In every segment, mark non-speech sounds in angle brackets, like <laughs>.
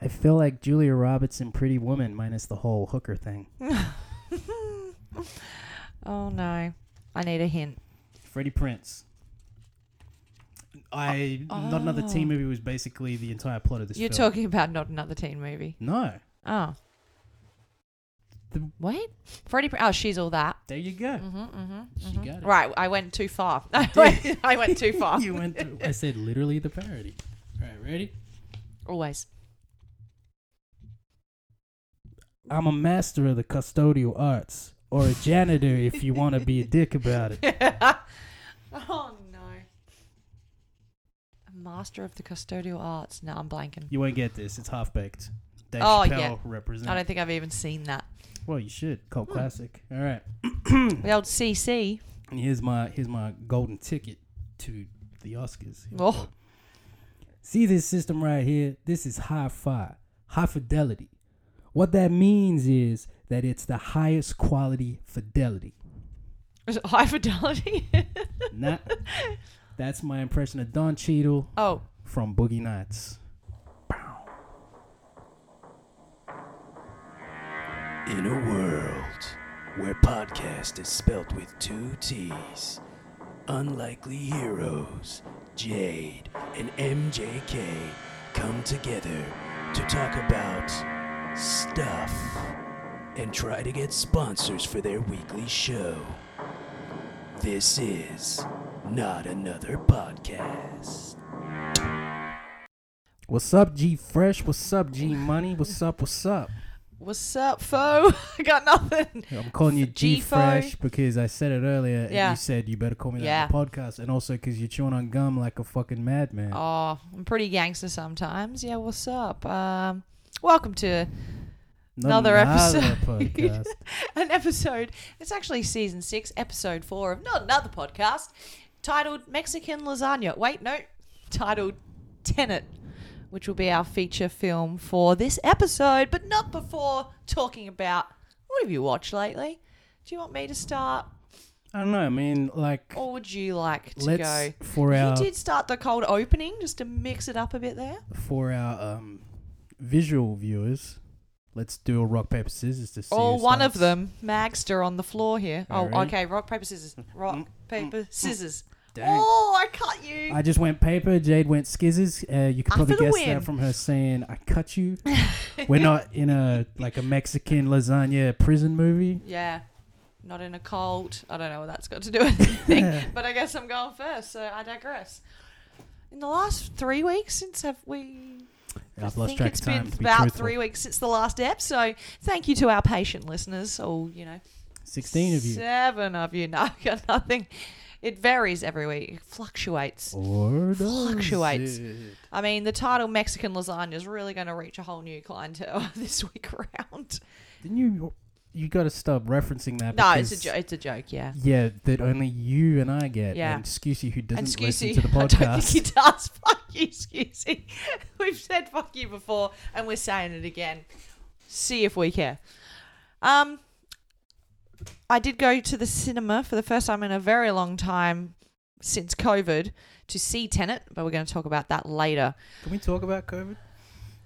I feel like Julia Roberts in Pretty Woman, minus the whole hooker thing. <laughs> Oh no, I need a hint. Freddie Prince. I not another teen movie was basically the entire plot of this. Oh. You're film. talking about not another teen movie. No, Oh, The- wait, Freddie. Pr- oh, she's all that. there you go. Mm-hmm, mm-hmm, She got it. Right, I went too far. <laughs> I <laughs> went, I went too Mm. far. you went. Through, I said literally the parody. All right, ready? <laughs> <laughs> Always. I'm a master of the custodial arts, or a janitor if you want to be a dick about <laughs> it. Oh no. A master of the custodial arts. No, I'm blanking. You won't get this. It's half baked. Dave Oh, Chappelle yeah. Hmm. I represents. don't think I've even seen that. Well, you should. Cult classic. All <clears throat> right. The old CC. And here's my here's my golden ticket to the Oscars. Here we Oh. <laughs> go. See this system right here? This is hi-fi, high fidelity. What that means is that it's the highest quality fidelity. Was it High Fidelity? <laughs> Not, that's my impression of Don Cheadle oh, from Boogie Nights. In a world where podcast is spelt with two T's, unlikely heroes, Jade and MJK come together to talk about stuff and try to get sponsors for their weekly show. This is not another podcast. What's up, G Fresh? What's up, G Money? What's up? What's up? what's up, foe? <laughs> I got nothing. I'm calling you G G-Fo. Fresh because I said it earlier, and Yeah. you said you better call me that Yeah. on the podcast, and also because you're chewing on gum like a fucking madman. Oh, I'm pretty gangster sometimes. Yeah, what's up? Um, welcome to Another episode. <laughs> podcast. an episode. It's actually season six, episode four of not another podcast titled Mexican Lasagna. Wait, no, titled Tenet, which will be our feature film for this episode, but not before talking about what have you watched lately. Do you want me to start, I don't know. I mean, like, or would you like to let's go? for You our did start the cold opening just to mix it up a bit there. for our um, visual viewers, let's do a rock paper scissors to see. Or who one of starts. them, Magster on the floor here. All oh, right. Mm. okay. Rock, paper, scissors. Rock, paper, scissors. Dang. Oh, I cut you. I just went paper. Jade went skizzes. Uh, you could Ah, probably for the guess win. that from her saying "I cut you." <laughs> We're not in a like a Mexican lasagna prison movie. yeah. Not in a cult. I don't know what that's got to do with <laughs> anything. but I guess I'm going first, so I digress. In the last three weeks since have we I've I lost think track it's of time. been to be about truthful. three weeks since the last ep, so thank you to our patient listeners, all you know, Sixteen of you. Seven of you. <laughs> No, I got nothing. It varies every week. It fluctuates. Oh. Or does Fluctuates. it? I mean, the title Mexican lasagna is really going to reach a whole new clientele <laughs> this week around. Didn't you? You got to stop referencing that. No, it's a because- jo- it's a joke, yeah. Yeah, that only you and I get. Yeah. And Scusi, who doesn't And listen Scusi, to the <laughs> I don't think he podcast. does. <laughs> Fuck you, Scusi. <laughs> We've said fuck you before, and we're saying it again. See if we care. Um, I did go to the cinema for the first time in a very long time since COVID to see Tenet, but we're going to talk about that later. Can we talk about COVID?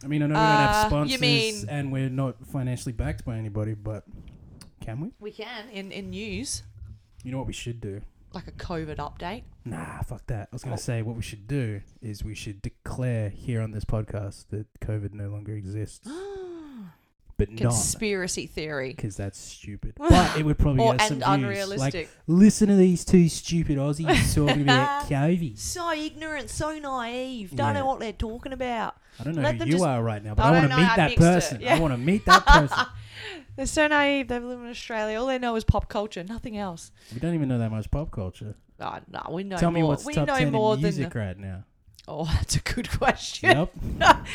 I mean, I know we don't have Uh, sponsors you mean- and we're not financially backed by anybody, but can we? We can in in news You know what we should do? like a <gasps> COVID update. Nah, fuck that. I was Oh. going to say what we should do is we should declare here on this podcast that COVID no longer exists, but not Conspiracy theory. because that's <laughs> stupid. But it would probably Or get us some and views. Like, unrealistic. listen to these two stupid <laughs> Aussies talking about COVID. so ignorant, so naive. Don't Yeah. know what they're talking about. I don't know Let who them you just- are right now, but I I, don't want to know, meet I that mixed it, person. I yeah. want to meet <laughs> that person. They're so naive. They live in Australia. All they know is pop culture, nothing else. we don't even know that much pop culture. Oh, no, we know Tell more. me what's we top know ten more in than. music right <laughs> now. Oh, that's a good question. Yep.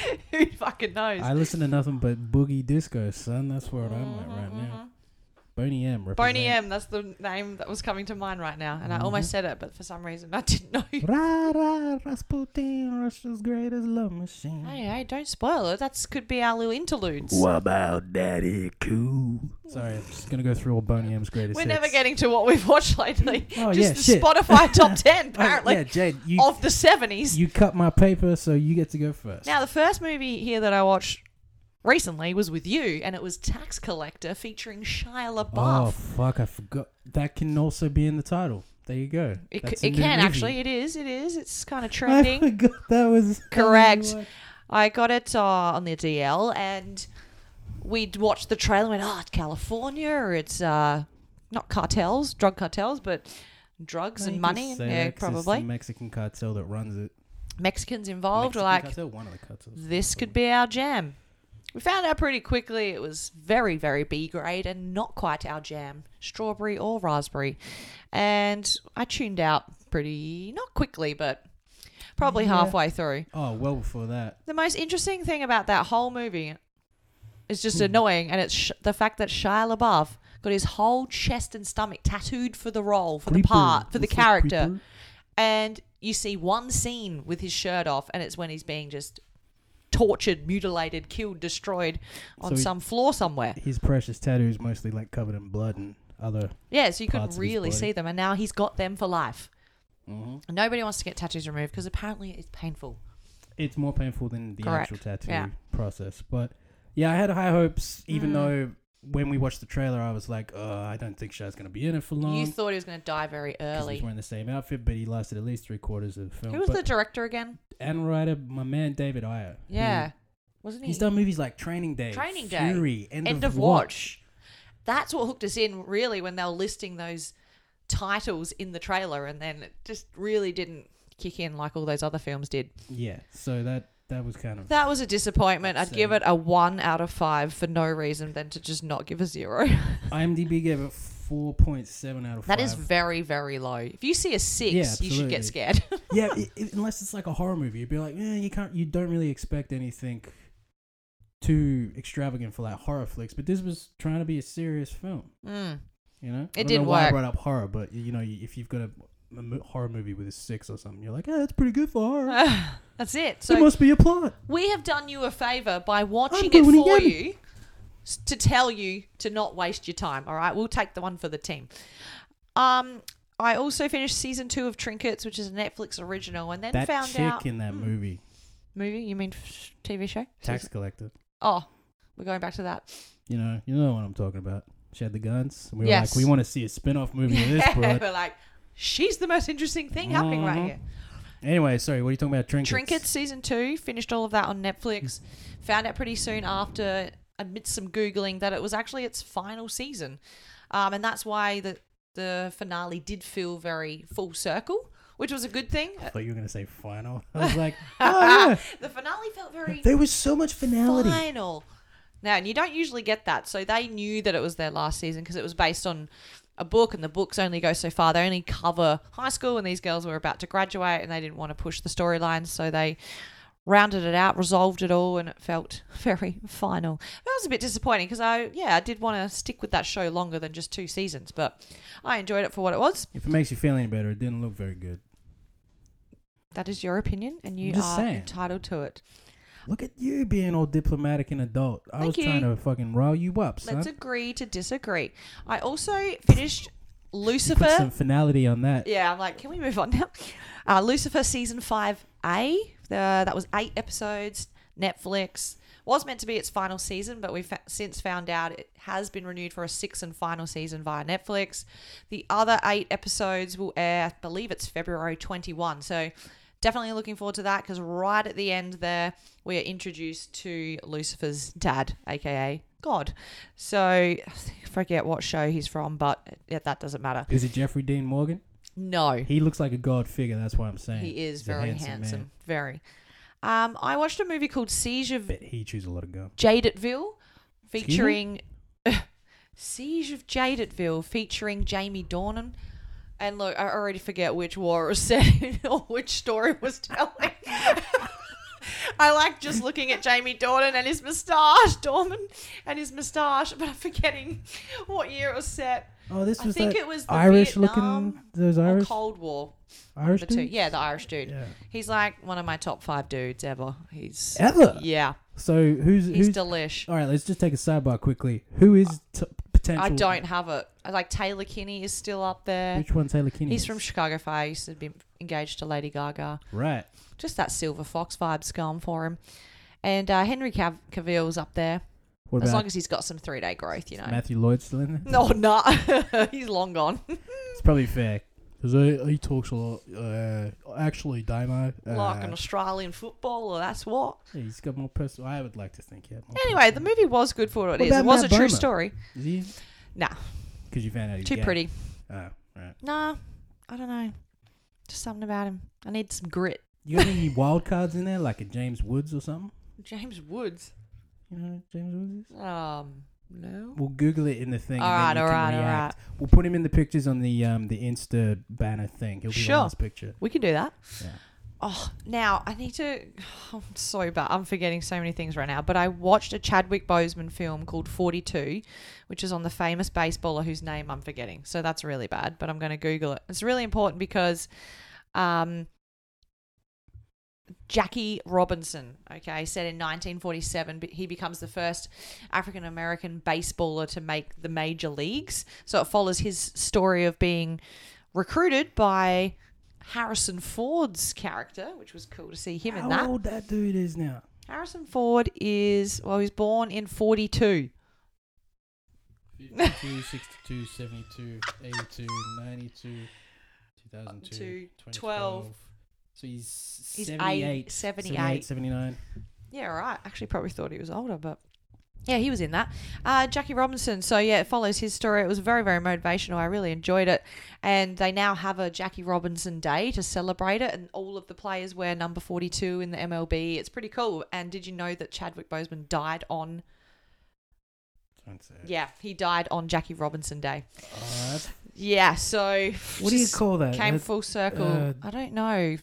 <laughs> Who fucking knows? I listen to nothing but boogie disco, son. That's where I'm at right now. Boney M. Mm-hmm, Boney represent. M. That's the name that was coming to mind right now, Mm-hmm. and I almost said it, but for some reason I <laughs> didn't know. hey, Ra ra Rasputin, Russia's greatest love machine. hey, don't spoil it. That could be our little interludes. What about Daddy Cool? Sorry, I'm just gonna go through all Boney M's greatest. We're hits. never getting to what we've watched lately. Oh, Just yeah, the shit. <laughs> Spotify top 10, Oh, apparently, yeah, Jade, you of the 70s. you cut my paper, so you get to go first. Now, the first movie here that I watched recently was with you, and it was Tax Collector featuring Shia LaBeouf. Oh fuck! I forgot. That can also be in the title. There you go. It, That's c- a it new can movie. actually. It is. It is. It's kind <laughs> of I trending. forgot that was <laughs> Correct. I got it uh, on the DL, and we'd watched the trailer. and Went, oh, it's California. It's uh, not cartels, drug cartels, but drugs and money. and- Yeah, probably Mexican cartel that runs it. Mexicans involved. were like, one of the cartels. this could be our jam. We found out pretty quickly it was very, very B grade and not quite our jam, strawberry or raspberry. And I tuned out pretty, not quickly, but probably Yeah. halfway through. Oh, well before that. The most interesting thing about that whole movie is Hmm. just annoying, and it's sh- the fact that Shia LaBeouf got his whole chest and stomach tattooed for the role, for the Creeper. part, Uh, for the What's that, character. creeper? And you see one scene with his shirt off, and it's when he's being just tortured, mutilated, killed, destroyed on So he- some floor somewhere. His precious tattoo is mostly like covered in blood and other. Yeah, so you could parts of his really body. see them, and now he's got them for life. Nobody wants to get tattoos removed because apparently it's painful. It's more painful than the Correct. actual tattoo Yeah. Mm. process. But yeah, I had high hopes, even though when we watched the trailer, I was like, oh, I don't think Shai's going to be in it for long. You thought he was going to die very 'cause Um, he's early. wearing the same outfit, but he lasted at least three quarters of the film. Who was but the director again? and writer, my man David Ayer. who- Yeah. Wasn't he? he's done movies like Training Day, Training Day, Fury, End, End of, of Watch. Watch. That's what hooked us in, really, when they were listing those titles in the trailer, and then it just really didn't kick in like all those other films did. Yeah, so that that was kind of That was a disappointment. I'd give Same. it a one out of five for no reason than to just not give a zero. <laughs> IMDb gave it four point seven out of That five. is very, very low. If you see a Yeah, six, you should absolutely. get scared. <laughs> yeah, i i- unless it's like a horror movie, you'd be like, yeah, you can't, you don't really expect anything too extravagant for like horror flicks. But this was trying to be a serious film, Mm. you know. I It don't did know why I work. brought up horror, but you know, you- if you've got a, a mo- horror movie with a six or something, you're like, yeah, that's pretty good for horror. That's it. there Uh, So must be a plot. we have done you a favor by watching it doing it for again. you s- to tell you to not waste your time. All right, we'll take the one for the team. Um, I also finished season two of Trinkets, which is a Netflix original, and then That found chick out Hmm. in that movie, movie. You mean f- TV show? tax collector. Oh, we're going back to that. You know, you know what I'm talking about. She had the guns. We were Yes. like, we want to see a spin-off movie <laughs> of this, bro. we're like, she's the most interesting thing happening right Mhm. here. anyway, sorry, what are you talking about? Trinkets. Trinkets season two. Finished all of that on Netflix. Found out pretty soon after, amidst some googling, that it was actually its final season, um, and that's why the the finale did feel very full circle, which was a good <laughs> thing. I thought you were gonna say final. I was <laughs> like, oh the finale felt yeah. very There was so much finality. final. Now, and you don't usually get that, so they knew that it was their last season because it was based on a book, and the books only go so far. They only cover high school, and these girls were about to graduate, and they didn't want to push the storyline, so they rounded it out, resolved it all, and it felt <laughs> very final. That was a bit disappointing because I, yeah, I did want to stick with that show longer than just two seasons, but I enjoyed it for what it was. If it makes you feel any better, it didn't look very good. That is your opinion, and you I'm just are saying. entitled to it. Look at you being all diplomatic and adult. I Thank was you. trying to fucking rile you up, son. Let's agree to disagree. I also finished <laughs> Lucifer. Put some finality on that. Yeah, I'm like, can we move on now? <laughs> Uh, Lucifer season five A. The, that was eight episodes. Netflix was meant to be its final season, but we've fa- since found out it has been renewed for a sixth and final season via Netflix. The other eight episodes will air, I believe it's February 21. So definitely looking forward to that because right at the end there, we are introduced to Lucifer's dad, aka God. So <sighs> I forget what show he's from, but yeah, that doesn't matter. Is it Jeffrey Dean Morgan? No. He looks like a god figure. That's why I'm saying He is He's a very handsome. man. Very. Um, I watched a movie called Siege of Bet he chews a lot of gum. Jadetville me? featuring <laughs> Siege of Jadetville featuring Jamie Dornan. And look, I already forget which war it was <laughs> set in or which story it was telling. <laughs> I like just looking at Jamie Dornan and his moustache, Dornan and his moustache, but I'm forgetting what year it was set. Oh, this I was think that it was the Irish looking. Vietnam Those Or Irish, Cold War. Irish The two, dudes? yeah, the Irish dude. Yeah. He's like one of my top five dudes ever. He's Ever? yeah, So who's he's who's? Oh, delish. all right, let's just take a sidebar quickly. Who is t- potential? I don't have it. I like Taylor Kinney is still up there. Which one's Taylor Kinney? He's from Chicago Fire. He used to be engaged to Lady Gaga. Right. Just that silver fox vibe scum for him. And uh, Henry Cav- Cavill's up there. What as about long as he's got some three day growth, you know. Matthew Lloyd still in there? <laughs> No, no, <laughs> he's long gone. <laughs> It's probably fair. Because he, he talks a lot. Uh, actually, Damo. Uh, like an Australian footballer, that's what. Yeah, he's got more personal. I would like to think, yeah. more Anyway, the movie was good for what it What is. It about was Matt a true Bomer? story. pers- Is he? Nah, Because you found out he's too gay. pretty. Oh, right. Nah, I don't know. Just something about him. I need some grit. You got any wild cards in there, like a James Woods or something? James Woods. You know who James Woods is? Um, no. We'll Google it in the thing. All right, and then you all right, can all right. react. We'll put him in the pictures on the um the Insta banner thing. He'll be Sure. on this picture. We can do that. Yeah. Oh, now I need to. <sighs> I'm so bad. I'm forgetting so many things right now. But I watched a Chadwick Boseman film called 42, which is on the famous baseballer whose name I'm forgetting. So that's really bad. But I'm going to Google it. It's really important because um, Jackie Robinson, okay, said in 1947 be- he becomes the first African American baseballer to make the major leagues. So it follows his story of being recruited by Harrison Ford's character, which was cool to see him in How that. old that dude is now? Harrison Ford is, well, he was born in 42. 52, 62, 72, 82, 92, 2002, Two, 12. 2012. So he's, He's 78, eight- 78. 79. Yeah, right. Actually, probably thought he was older, but yeah, he was in that. Uh, Jackie Robinson. So yeah, it follows his story. It was very, very motivational. I really enjoyed it, and they now have a Jackie Robinson Day to celebrate it, and all of the players wear number forty-two in the MLB. It's pretty cool. And did you know that Chadwick Boseman died on? Don't say it. Yeah, he died on Jackie Robinson Day. Oh, that's- Yeah. So what do you just call that? Came That's- full circle. uh, I don't know.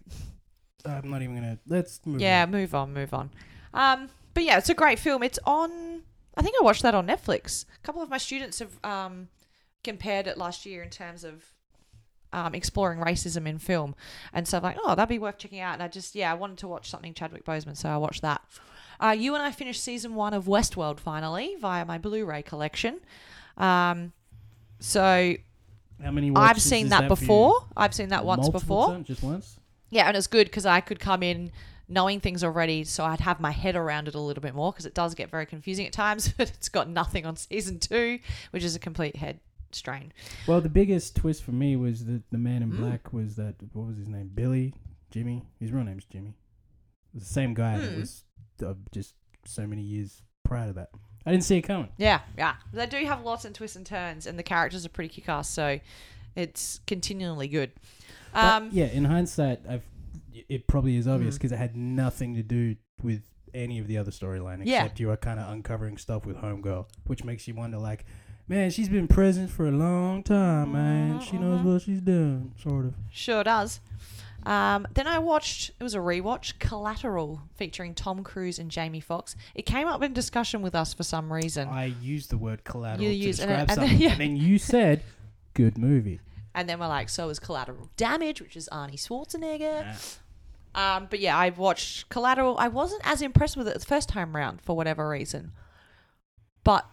I'm not even gonna. Let's move. Yeah, on. move on, move on. Um, but yeah, it's a great film. It's on. I think I watched that on Netflix. A couple of my students have um, compared it last year in terms of um, exploring racism in film, and so I'm like, oh, that'd be worth checking out. And I just, yeah, I wanted to watch something Chadwick Boseman, so I watched that. Uh, you and I finished season one of Westworld finally via my Blu-ray collection. Um, so How many? I've watches seen is that, for you? before. I've seen that once Multiple before. times? Just once. Yeah, and it's good because I could come in knowing things already, so I'd have my head around it a little bit more because it does get very confusing at times. <laughs> But it's got nothing on season two, which is a complete head strain. Well, the biggest twist for me was that the man in Mm. black was that what was his name? Billy, Jimmy. His real name's Jimmy. It was the same guy that Mm. was uh, just so many years prior to that. I didn't see it coming. Yeah, yeah, they do have lots and twists and turns, and the characters are pretty kick-ass, so it's continually good. But, Um, Mm. yeah, in hindsight, I've it probably is obvious because it had nothing to do with any of the other storyline Yeah. except you are kind of uncovering stuff with Homegirl, which makes you wonder like, man, she's been present for a long time, man. She knows Mhm. what she's doing, sort of. Sure does. Um, then I watched, it was a rewatch, Collateral, featuring Tom Cruise and Jamie Foxx. It came up in discussion with us for some reason. I used the word collateral You to used- and describe then- and then- something, yeah. and then you said, "Good <laughs> movie." And then we're like, so is Collateral Damage, which is Arnie Schwarzenegger. Um, but yeah, I watched Collateral. I wasn't as impressed with it the first time round for whatever reason. But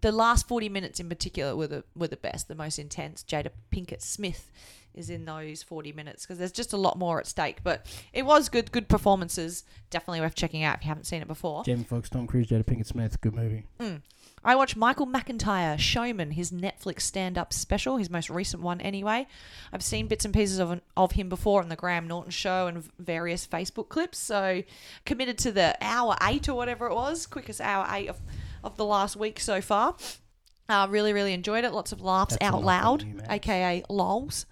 the last 40 minutes in particular were the, were the best, the most intense. Jada Pinkett Smith is in those 40 minutes because there's just a lot more at stake. But it was good, good performances. Definitely worth checking out if you haven't seen it before. Jamie Foxx, Tom Cruise, Jada Pinkett Smith, good movie. Mm. I watched Michael McIntyre, Showman, his Netflix stand up special, his most recent one anyway. I've seen bits and pieces of, of him before on the Graham Norton show and v- various Facebook clips. So committed to the hour eight or whatever it was, quickest hour eight of, of the last week so far. Uh, really, really enjoyed it. Lots of laughs That's a out lot loud, from you, Max. aka lols.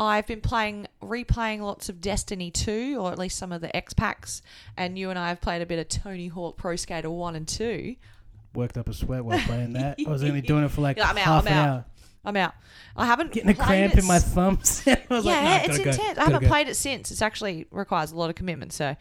I've been playing, replaying lots of Destiny 2, or at least some of the X packs, and you and I have played a bit of Tony Hawk Pro Skater 1 and 2. Worked up a sweat while playing that. I was only doing it for like <laughs> Yeah, I'm out, half I'm an out. hour. I'm out. I haven't Getting a played cramp it in my s- thumbs. <laughs> I was yeah, like, nah, it's gotta go, intense. I gotta haven't go. played it since. It's actually requires a lot of commitment. So,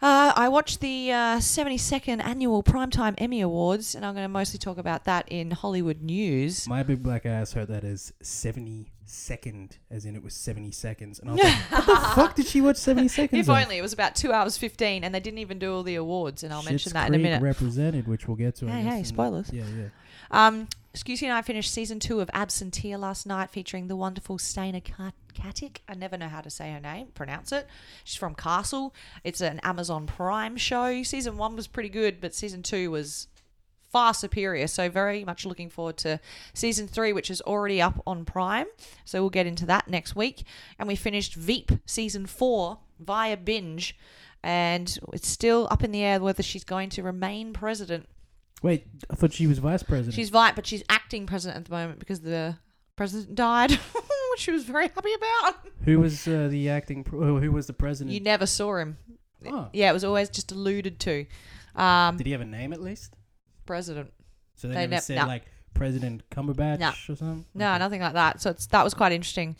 uh, I watched the uh, 72nd annual Primetime Emmy Awards, and I'm going to mostly talk about that in Hollywood news. My big black ass heard that is 72nd. second, as in it was 70 seconds. And I was like, <laughs> what the fuck did she watch 70 seconds If of? only it was about two hours fifteen, and they didn't even do all the awards, and I'll mention Schitt's that in a Creek minute. represented, which we'll get to. I Hey, guess, hey, in- spoilers. Yeah, yeah. Um, Excuse me, and I finished season two of Absentia last night, featuring the wonderful Staina Kat- Katic. I never know how to say her name, pronounce it. She's from Castle. It's an Amazon Prime show. Season one was pretty good, but season two was far superior. So very much looking forward to season three, which is already up on Prime. So we'll get into that next week. And we finished Veep season four via binge, and it's still up in the air whether she's going to remain president. Wait, I thought she was vice president. She's right, but she's acting president at the moment because the president died, <laughs> which she was very happy about. who was uh, the acting? Pr- oh, who was the president? You never saw him. Oh. Yeah, it was always just alluded to. Um, Did he have a name at least? president. So they, They never nev- said no. like President Cumberbatch No. or something. No, Okay. nothing like that. So it's, that was quite interesting.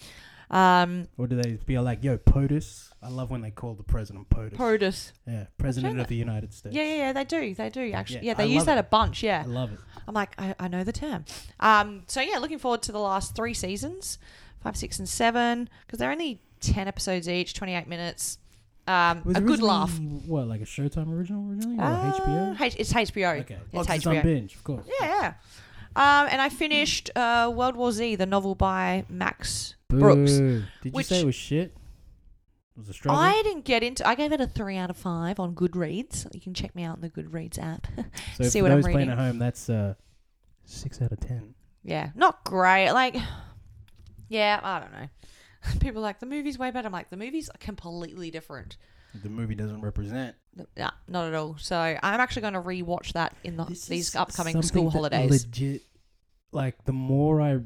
Um, Or do they be like, yo, POTUS? I love when they call the president POTUS. POTUS. yeah, President that- of the United States. Yeah, yeah, yeah, they do. They do, actually. Yeah, Yeah, they I use love that it. a bunch, yeah. I love it. I'm like, I, I know the term. Um, so yeah, looking forward to the last three seasons, five, six, and seven, because they're only ten episodes each, 28 minutes. Um, Was a good originally, laugh. What, like a Showtime original originally? Or Uh, HBO? H- it's HBO. Okay. It's Oh, 'cause it's on HBO. binge, of course. Yeah, yeah. Um, and I finished uh, World War Z, the novel by Max Boo. Brooks. Did which- you say it was shit? It was a struggle? I didn't get into. I gave it a three out of five on Goodreads. You can check me out in the Goodreads app. so see for what I'm those playing reading. at home, that's uh, 6 out of 10. yeah, not great. Like, yeah, I don't know. <laughs> People are like the movie's way better. I'm like the movie's completely different. The movie doesn't represent. No, not at all. So I'm actually going to rewatch that in the, these upcoming school holidays. Legit, like the more I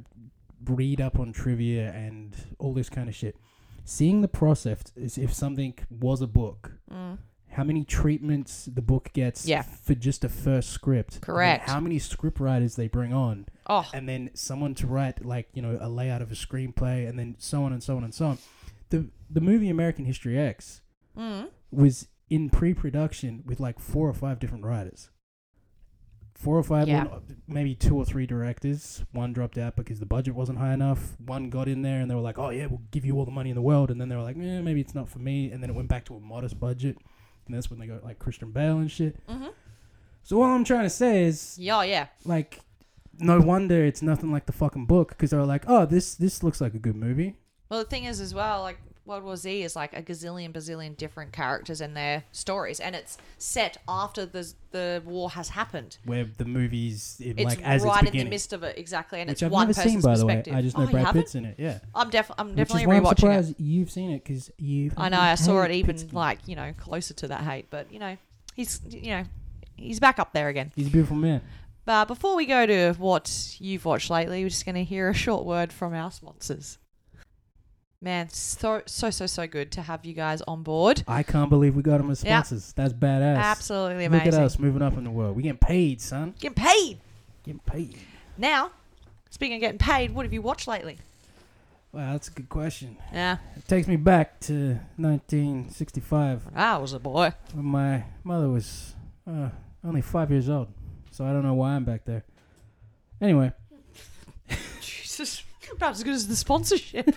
read up on trivia and all this kind of shit, seeing the process is if something was a book, Mm. how many treatments the book gets Yeah. for just a first script. and then Correct. How many script writers they bring on, Oh, and then someone to write like you know a layout of a screenplay, and then so on and so on and so on. The the movie American History X mm. was in pre-production with like four or five different writers. Four or five, Yeah. one- maybe two or three directors. One dropped out because the budget wasn't high enough. One got in there and they were like, "Oh yeah, we'll give you all the money in the world," and then they were like, eh, "Maybe it's not for me." And then it went back to a modest budget, and that's when they got like Christian Bale and shit. hmm So all I'm trying to say is, yeah, yeah. like, no wonder it's nothing like the fucking book because they were like, "Oh, this this looks like a good movie." Well, the thing is, as well, like World War Z is like a gazillion, bazillion different characters and their stories, and it's set after the the war has happened. Where the movies, it, It's like as right it's in the beginning, midst of it, exactly, and which it's I've one never person's seen by the way. perspective. I just know oh, you Brad haven't? Pitt's in it. Yeah. I'm def- I'm Which definitely is why I'm rewatching it. surprised you've seen it because you. I know I saw it hate even Pitsky. like you know closer to that hate, but you know he's you know he's back up there again. He's a beautiful man. But before we go to what you've watched lately, we're just going to hear a short word from our sponsors. Man, so so so so good to have you guys on board. I can't believe we got him as Yeah. sponsors. That's badass. Absolutely Look amazing. at us moving up in the world. We getting paid, son. Getting paid. Getting paid. Now, speaking of getting paid, what have you watched lately? Wow, that's a good question. Yeah, It takes me back to 1965 when I was a boy. when my mother was uh, only five years old. So I don't know why I'm back there. Anyway, Jesus, about as good as the sponsorship.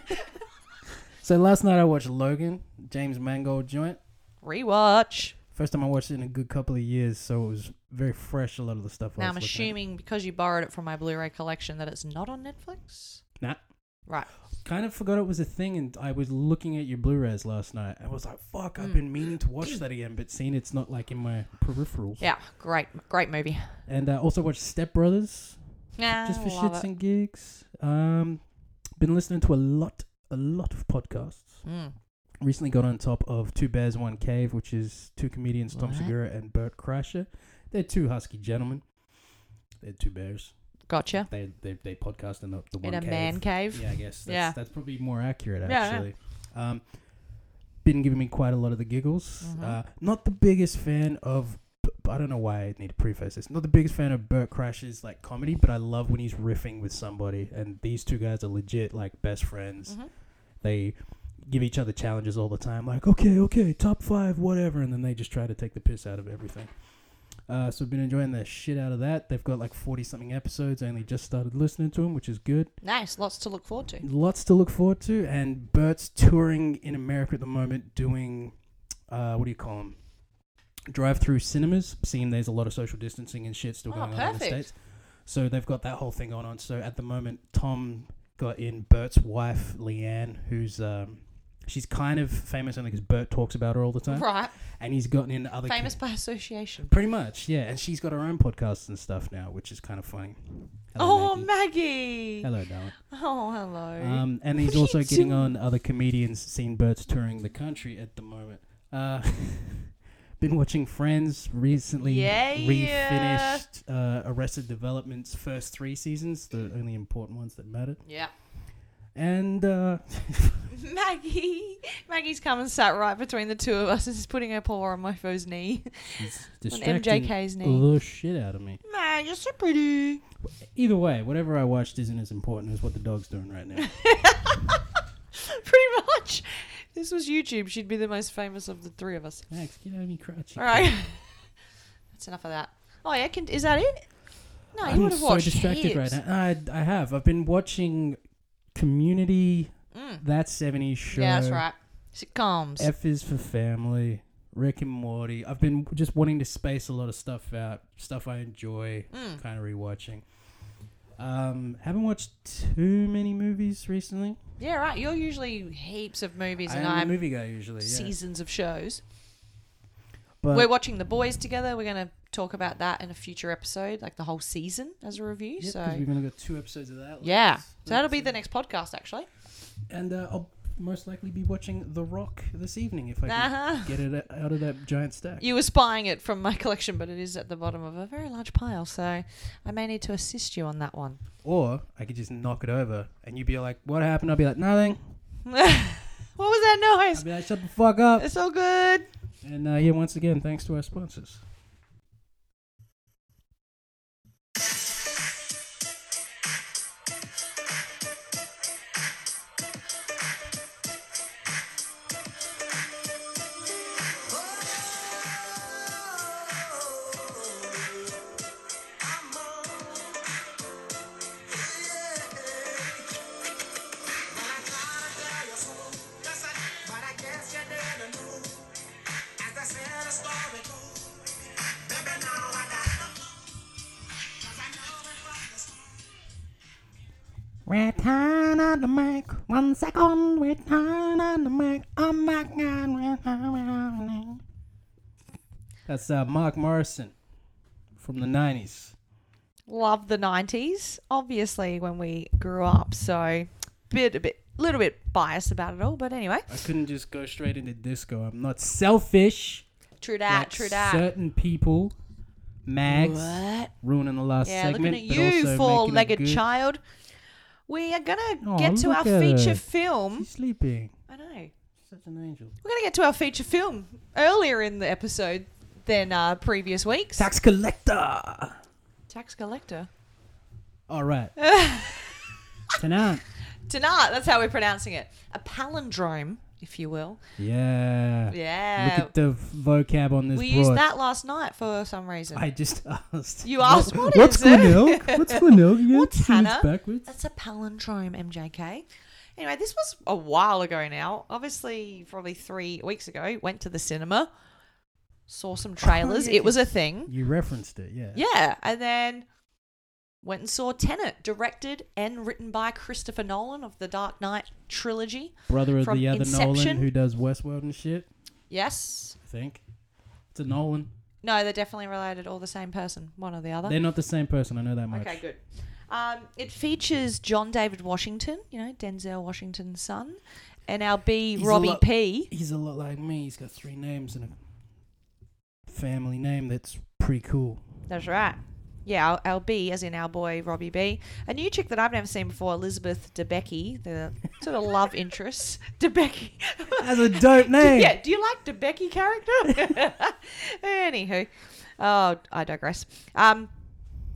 so last night I watched Logan, James Mangold joint. <laughs> Rewatch. First time I watched it in a good couple of years, so it was very fresh. A lot of the stuff. I Now was I'm looking at. assuming because you borrowed it from my Blu-ray collection that it's not on Netflix. Nah. Right. kind of forgot it was a thing, and I was looking at your Blu-rays last night. and was like, "Fuck, I've Mm. been meaning to watch that again, but seeing it's not like in my peripherals." Yeah, great, great movie. And I also watched Step Brothers Yeah, just for love shits it. and gigs. Um, been listening to a lot, a lot of podcasts. Mm. Recently got on top of Two Bears One Cave, which is two comedians Tom What? Segura and Bert Kreischer. They're two husky gentlemen. They're two bears. Gotcha. They they they podcast in the, the one In a cave. man cave. Yeah, I guess that's, Yeah. that's probably more accurate Yeah, yeah. actually. Um, been giving me quite a lot of the giggles. Mhm. Uh, not the biggest fan of. b- I don't know why I need to preface this. Not the biggest fan of Bert Crash's like comedy, but I love when he's riffing with somebody. And these two guys are legit like best friends. Mhm. They give each other challenges all the time, like okay, okay, top five, whatever, and then they just try to take the piss out of everything. Uh, so I've been enjoying the shit out of that. They've got like 40 something episodes. I only just started listening to them, which is good. Nice, lots to look forward to. Lots to look forward to. And Bert's touring in America at the moment doing, uh, what do you call them? Drive through cinemas, seeing there's a lot of social distancing and shit still Oh, going on in the perfect. States. So they've got that whole thing going on. So at the moment, Tom got in Bert's wife, Leanne, who's. Um, She's kind of famous only because Bert talks about her all the time, Right, and he's gotten in other famous by association. Pretty much, yeah. And she's got her own podcast and stuff now, which is kind of funny. Hello, Oh, Maggie. Maggie. Hello, darling. Oh, hello. Um, and he's <laughs> are you also getting doing? on other comedians. Seen Bert's touring the country at the moment. Uh, <laughs> been watching Friends recently. Yeah, yeah. refinished Uh, Arrested Development's first three seasons, the only important ones that mattered. yeah. And uh, <laughs> <laughs> Maggie. Maggie's come and sat right between the two of us and is putting her paw on MoFo's knee. <laughs> she's on distracting MJK's knee. the shit out of me. Man, you're so pretty. <laughs> Either way, whatever I watched isn't as important as what the dog's doing right <laughs> now. Pretty much. This was YouTube. She'd be the most famous of the three of us. Max, get out of me crotch. you All right. That's enough of that. Oh, yeah. Can, is that it? No, <laughs> you I'm would have so watched distracted heaps. right now. I, I have. I've been watching Community, Mm. that 70s show. Yeah, that's right. Sitcoms. F is for family, Rick and Morty. I've been just wanting to space a lot of stuff out, stuff I enjoy, Mm. kind of rewatching. Um, haven't watched too many movies recently. Yeah, right. You're usually heaps of movies, I and am a I'm movie guy usually. Yeah. seasons of shows. But We're watching The Boys together. We're going to talk about that in a future episode, like the whole season as a review. yeah, 'cause so, we've only got two episodes of that. yeah. left. So that'll be the next podcast, actually. And uh, I'll most likely be watching The Rock this evening if I can Uh-huh. get it out of that giant stack. You were spying it from my <laughs> collection, but it is at the bottom of a very large pile. So I may need to assist you on that one. <laughs> Or I could just knock it over and you'd be like, What happened? I'll be like, Nothing. what was that I'll noise? be like, Shut the fuck up. It's so good. And uh, yeah, once again, thanks to our sponsors. Return on the mic. One second. Return on the mic. Oh my god. Return on the mic. That's uh, Mark Morrison from the 90s. Love the 90s, obviously, when we grew up. So, bit, a bit, little bit biased about it all. But anyway, I couldn't just go straight into disco. I'm not selfish. true dat, like Ah, true dat. Certain people, Mags, What? ruining the last Yeah, segment. looking at but you, also making four-legged it good. child. We are gonna Aw, get to look our at feature her. film. She's sleeping. I know. We're Such an angel. gonna get to our feature film earlier in the episode than uh, previous weeks. Tax collector. Tax collector. All <laughs> right. Tonight. Tanat, that's how we're pronouncing it. A palindrome, if you will. Yeah. Look Yeah. at the vocab on this We broad. used that last night for some reason. I just <laughs> asked. you asked what What's is it? Glenelg? What's <laughs> Glenelg? again? What's It's Hannah? Backwards. That's a palindrome, MJK. Anyway, this was a while ago now. Obviously, probably three weeks ago. Went to the cinema, saw some trailers. Oh, yeah, it was a thing. You referenced it, yeah. Yeah. And then went and saw Tenet, directed and written by Christopher Nolan of the Dark Knight trilogy. Brother of From the other Nolan Inception. who does Westworld and shit, Yes. I think. It's a Nolan. No, they're definitely related, all the same person, one or the other. They're not the same person, I know that much. Okay, good. Um, it features John David Washington, you know, Denzel Washington's son, and our B, He's a Robbie lo- P. He's a lot like me. He's got three names and a family name that's pretty <laughs> cool. That's right. Yeah, our, our B, as in our boy Robbie B. A new chick that I've never seen before, Elizabeth Debicki, the sort of <laughs> love interest. Debicki. That's a dope name. yeah, do you like Debicki character? <laughs> Anywho, oh, I digress. Um,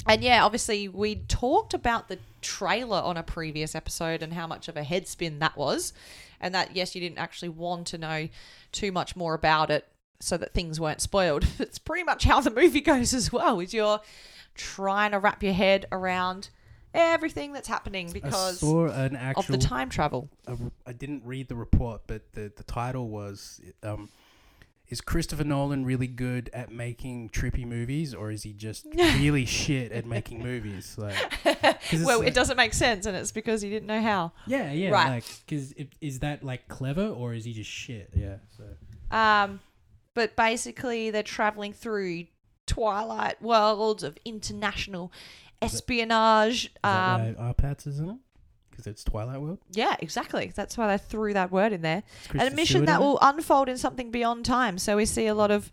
and yeah, obviously we talked about the trailer on a previous episode and how much of a head spin that was, and that yes, you didn't actually want to know too much more about it so that things weren't spoiled. <laughs> It's pretty much how the movie goes as well. Is you're trying to wrap your head around everything that's happening I because saw an actual. of the time travel. I, I didn't read the report, but the, the title was um, Is Christopher Nolan really good at making trippy movies or is he <laughs> just really shit at making movies? Like, 'cause it's Well, like- it doesn't make sense, and it's because he didn't know how. Yeah, yeah. Right. Like, cause it, is that like clever or is he just shit? Yeah. So Um, but basically, they're traveling through twilight worlds of international espionage. is um, that why RPATS is in it? Because it's Twilight World. Yeah, exactly. That's why they threw that word in there. It's An Kristen admission Stewart that in it? will unfold in something beyond time. So we see a lot of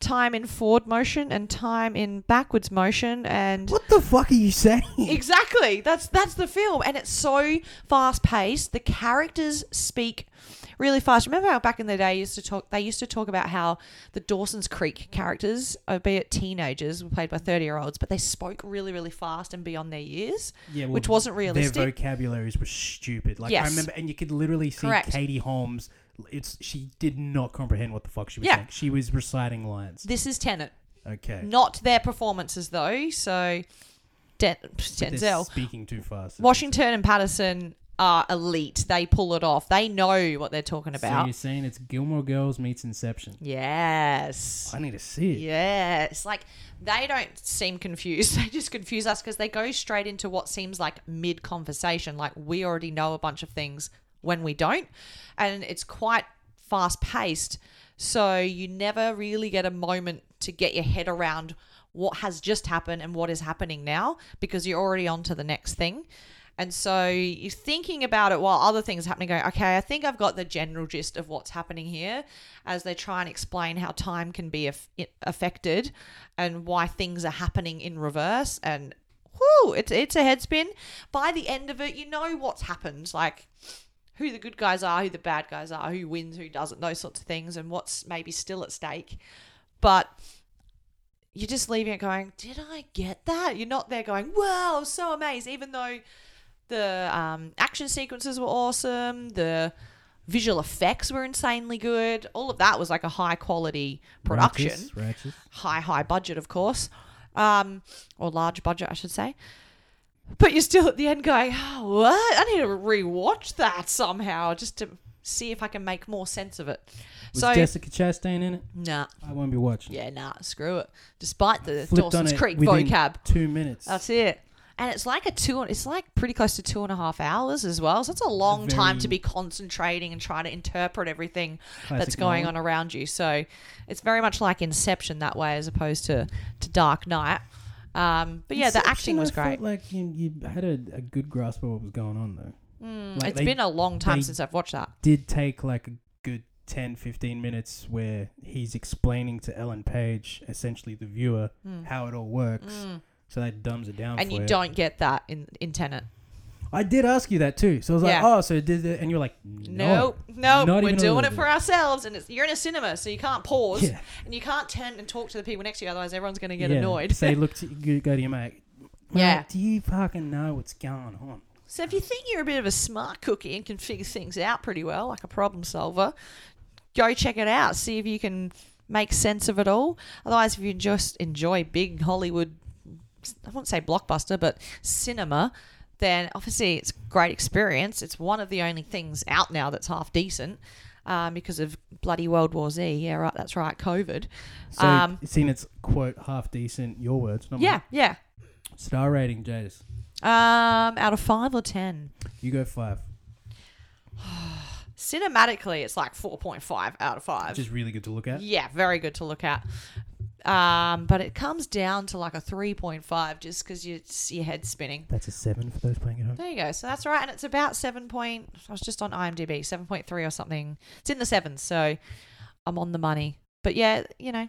time in forward motion and time in backwards motion and What the fuck are you saying? Exactly. That's that's the film, and it's so fast paced. The characters speak really fast. Remember how back in the day used to talk? They used to talk about how the Dawson's Creek characters, albeit teenagers, were played by thirty year olds, but they spoke really, really fast and beyond their years, Yeah, well, which wasn't Their realistic. vocabularies were stupid. Like I Yes. remember, and you could literally see Correct. Katie Holmes. It's she did not comprehend what the fuck she was Yeah. saying. She was reciting lines. This is Tenet, Okay, not their performances though. So, Den- But they're Denzel, speaking too fast. Washington, and Patterson are elite. They pull it off. They know what they're talking So about. you're saying it's Gilmore Girls meets Inception? Yes. I need to see it. Yes. Like they don't seem confused. <laughs> They just confuse us because they go straight into what seems like mid conversation. Like we already know a bunch of things when we don't. And it's quite fast paced. So you never really get a moment to get your head around what has just happened and what is happening now because you're already on to the next thing. And so you're thinking about it while other things are happening, going, okay, I think I've got the general gist of what's happening here as they try and explain how time can be aff- i- affected and why things are happening in reverse. And whoo, it's, it's a head spin. By the end of it, you know what's happened. Like, who the good guys are, who the bad guys are, who wins, who doesn't, those sorts of things, and what's maybe still at stake. But you're just leaving it going, did I get that? You're not there going, wow, so amazed, even though the um, action sequences were awesome, the visual effects were insanely good, all of that was like a high quality production Righteous, righteous. high, high budget, of course, um, or large budget, I should say. But you're still at the end going, oh, what? I need to rewatch that somehow just to see if I can make more sense of it. Was so, Jessica Chastain in it? nah, I won't be watching. yeah, nah, screw it. Despite the Flipped on Dawson's it Creek within vocab, Two minutes. that's it. And it's like a two, it's like pretty close to two and a half hours as well. So it's a long time very- to be concentrating and trying to interpret everything that's Classic going Nolan. on around you. So it's very much like Inception that way, as opposed to to Dark Knight. Um, but yeah, the Inception, acting was I felt great. like you, you had a, a good grasp of what was going on though. Mm, Hmm, it's been a long time they- since I've watched that. did take like a good 10 15 minutes where he's explaining to Ellen Page essentially the viewer how it all works so that dumbs it down Hmm. Mm. And for you don't get that in in Tenet. I did ask you that too so I was Yeah. like oh so did it, and you're like no Nope, not nope. We're even a doing little it for bit. ourselves, and it's, you're in a cinema, so you can't pause Yeah. and you can't turn and talk to the people next to you. Otherwise, everyone's going to get Yeah. annoyed. say <laughs> look to, you go to your mate "Mate, Yeah. do you fucking know what's going on So if you think you're a bit of a smart cookie and can figure things out pretty well, like a problem solver, go check it out. See if you can make sense of it all. Otherwise, if you just enjoy big Hollywood, I won't say blockbuster, but cinema, then obviously it's a great experience. It's one of the only things out now that's half decent um, because of bloody World War Z. Yeah, right. That's right. COVID. so um, seeing it's quote half decent your words not yeah, yeah. mine. star rating Jadis Um, out of five or ten. you go 5 Cinematically, it's like 4.5 out of 5. which is really good to look at Yeah, very good to look at. Um, but it comes down to like a 3.5 just because you, it's your head's spinning. that's a 7 for those playing at home There you go. So that's all right. And it's about 7 point, I was just on IMDb, 7.3 or something. It's in the sevens. So I'm on the money. But yeah, you know,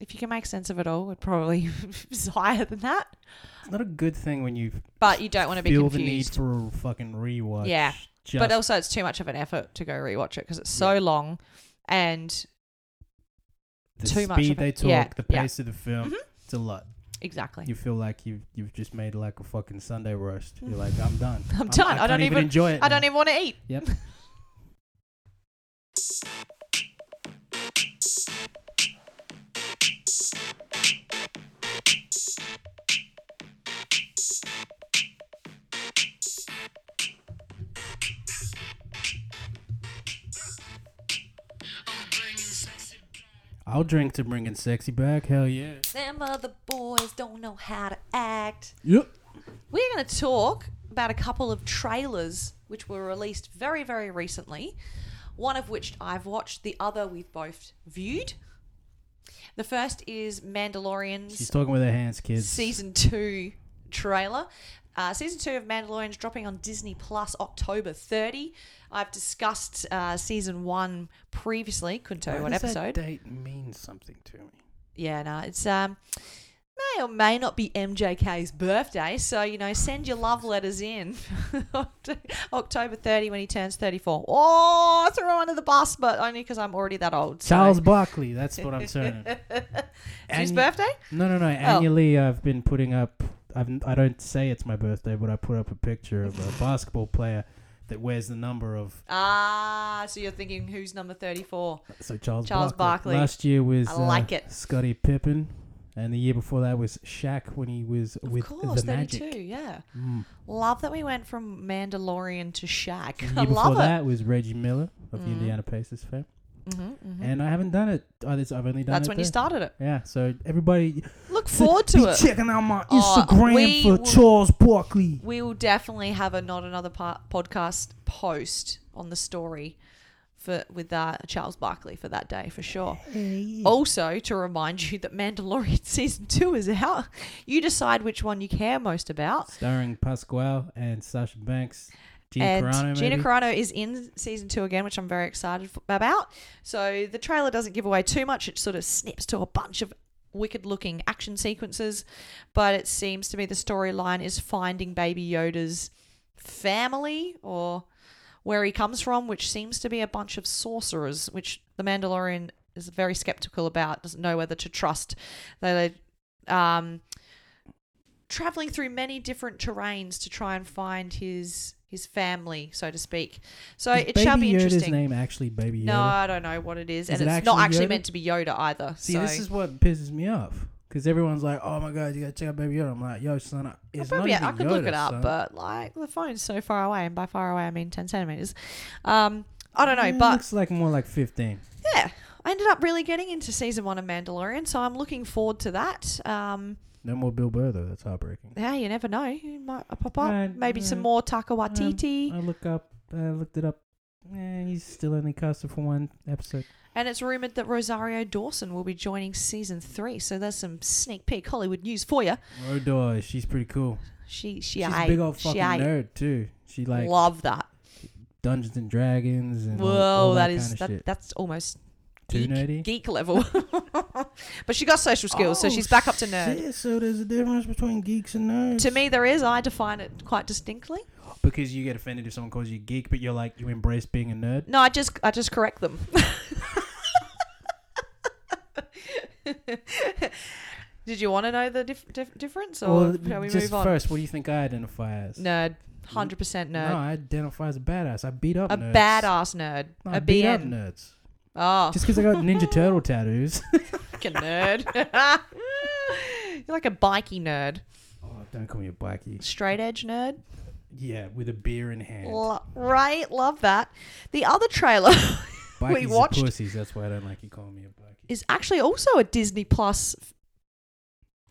if you can make sense of it all, it probably <laughs> is higher than that. it's not a good thing when you've But you don't want to be feel confused. the need for a fucking rewatch. Yeah, Just, but also it's too much of an effort to go rewatch it because it's so long and the too speed much of they it. talk, Yeah, the yeah. Mm-hmm. pace of the film, it's a lot. exactly. You feel like you've you've just made like a fucking Sunday roast. You're like, I'm done. Mm. <laughs> I'm done. I can't don't even- enjoy it. I don't now. even want to eat. Yep. I'll drink to bringing sexy back. Hell yeah. Them other boys don't know how to act. Yep. We're going to talk about a couple of trailers which were released very, very recently. One of which I've watched, the other we've both viewed. The first is She's Mandalorian's talking with her hands, kids. season two trailer. Uh, season two of Mandalorian's dropping on Disney Plus October 30. I've discussed uh, season one previously. Couldn't tell you what episode. date means something to me. yeah, no, it's um, may or may not be MJK's birthday, so you know, send your love letters in <laughs> October 30 when he turns 34. Oh, I threw him under the bus, but only because I'm already that old. so- Charles Barkley, that's what I'm saying. <laughs> It's his Annu- birthday? Oh. No, no, no. Annually, I've been putting up. I've, I don't say it's my birthday, but I put up a picture of <laughs> a basketball player that wears the number of. Ah, so you're thinking who's number 34? So Charles Charles Barkley. Last year was I like uh, it. Scottie Pippen, and the year before that was Shaq when he was Of with course, the Magic. 32, yeah. Mm. Love that we went from Mandalorian to Shaq. The year I before love it. Mm-hmm. that was Reggie Miller of the Indiana Pacers fame, hmm hmm and I haven't done it. I, this, I've only done That's it when you there. started it. Yeah, so everybody <laughs> Look forward to be it. checking out my Oh, Instagram we for will- Charles Barkley. We will definitely have a not another po- podcast post on the story for with uh, Charles Barkley for that day for sure. Also, to remind you that Mandalorian <laughs> season two is out. You decide which one you care most about. Starring Pasquale and Sasha Banks, Gina and Carano. Gina maybe? Carano is in season two again, which I'm very excited f- about. So the trailer doesn't give away too much. It sort of snips to a bunch of wicked looking action sequences, but it seems to me the storyline is finding Baby Yoda's family or where he comes from, which seems to be a bunch of sorcerers, which the Mandalorian is very skeptical about, doesn't know whether to trust. They, they um, traveling through many different terrains to try and find his his family, so to speak. So Is it Baby shall be Yoda's interesting. name actually Baby Yoda. No, I don't know what it is, Is and it it's not actually actually Yoda? meant to be Yoda either. See, so this is what pisses me off because everyone's like, "Oh my god, you gotta check out Baby Yoda." I'm like, "Yo, son, I- I it's probably not I even could look Yoda, it up, son. but like the phone's so far away, and by far away I mean ten centimeters. Um, I don't know, Mm, but looks like more like 15. yeah, I ended up really getting into season one of Mandalorian, so I'm looking forward to that. Um, No more Bill Burr though. That's heartbreaking. yeah, you never know, you might pop up, Right, maybe some right. more Taka Waititi. I look up. I looked it up. Eh, he's still only casted for one episode. And it's rumored that Rosario Dawson will be joining season three. So there's some sneak peek Hollywood news for you. Rodor, Oh, she's pretty cool. She she She's I a big old she fucking I nerd too. She like love that. Dungeons and Dragons and Whoa, all, all that, that is kind that, of shit. that's almost Too geek, nerdy. geek level. <laughs> but she got social skills, so she's back up to nerd. Oh, shit, so there's a difference between geeks and nerds. To me, there is. I define it quite distinctly. because you get offended if someone calls you geek, but you're like you embrace being a nerd. No, I just I just correct them. <laughs> Did you want to know the dif- dif- difference, or shall we just move on? first, what do you think I identify as? Nerd, hundred percent nerd. No, I identify as a badass. I beat up A nerds. badass nerd. No, I a beat up BN. nerds. Oh, Just because I got <laughs> Ninja Turtle tattoos. <laughs> <laughs> fucking nerd. <laughs> You're like a bikey nerd. oh, don't call me a blackie. Straight edge nerd. Yeah, with a beer in hand. Lo- right, love that. The other trailer <laughs> Blackies we are watched- pussies. That's why I don't like you calling me a blackie. is actually also a Disney Plus f-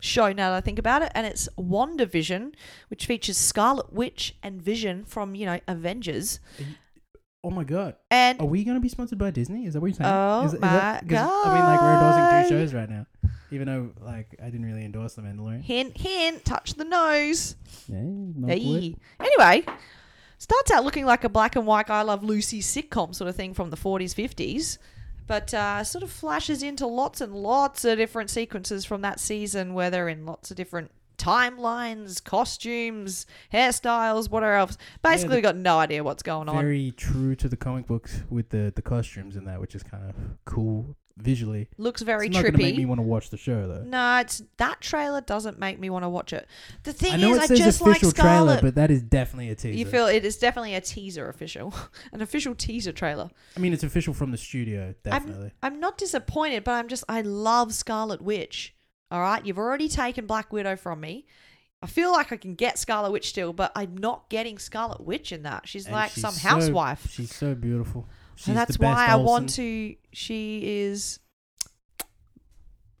show now that I think about it, and it's WandaVision, which features Scarlet Witch and Vision from, you know, Avengers. Oh my god. And Are we going to be sponsored by Disney? Is that what you're saying? Oh is, is my 'cause, I mean, like, we're endorsing God. two shows right now. Even though, like, I didn't really endorse The <laughs> Mandalorian. hint, hint, touch the nose. Yeah, not good. Hey. Anyway, starts out looking like a black and white I Love Lucy sitcom sort of thing from the 40s, 50s, but uh, sort of flashes into lots and lots of different sequences from that season where they're in lots of different timelines, costumes, hairstyles, whatever else. Basically, the- got no idea what's going on. very true to the comic books with the, the costumes and that, which is kind of cool visually. Looks very it's not gonna make me trippy. want to watch the show though. No, it's that trailer doesn't make me want to watch it. The thing I know is, it I says just like official Scarlet. trailer, but that is definitely a teaser. you feel it is definitely a teaser official, <laughs> an official teaser trailer. I mean, it's official from the studio, definitely. I'm not disappointed, but I'm just I love Scarlet Witch. All right, you've already taken Black Widow from me. I feel like I can get Scarlet Witch still, but I'm not getting Scarlet Witch in that. She's And like she's some so- housewife. She's so beautiful. She's and that's the best why I want Olsen. to she is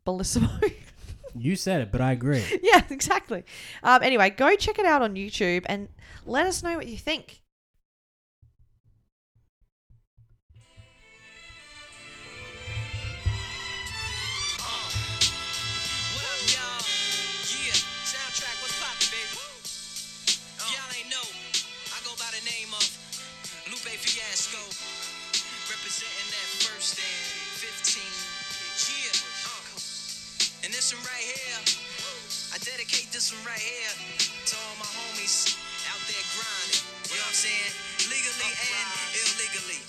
Bellissimo. <laughs> You said it, but I agree. yeah, exactly. Um, anyway, go check it out on YouTube and let us know what you think. What up, y'all? Yeah, soundtrack, what's poppin', baby? Y'all ain't know, I go by the name of Lupe Fiasco, representing that first and 15. Yeah, uh, and this one right here, I dedicate this one right here to all my homies out there grinding. You know what I'm saying? Legally and illegally. <laughs>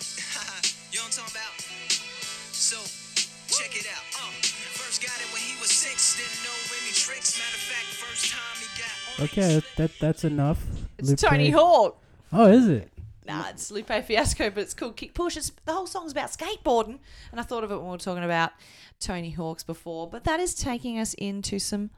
you know what I'm talking about? So, check it out. Uh, first got it when he was six, didn't know any tricks. Matter of fact, first time he got on Okay, that that's enough. It's Lupe- Tony Hawk. Oh, is it? Nah, it's Lupe Fiasco, but it's called Kick Push. It's, the whole song's about skateboarding, and I thought of it when we were talking about Tony Hawk's before. But that is taking us into some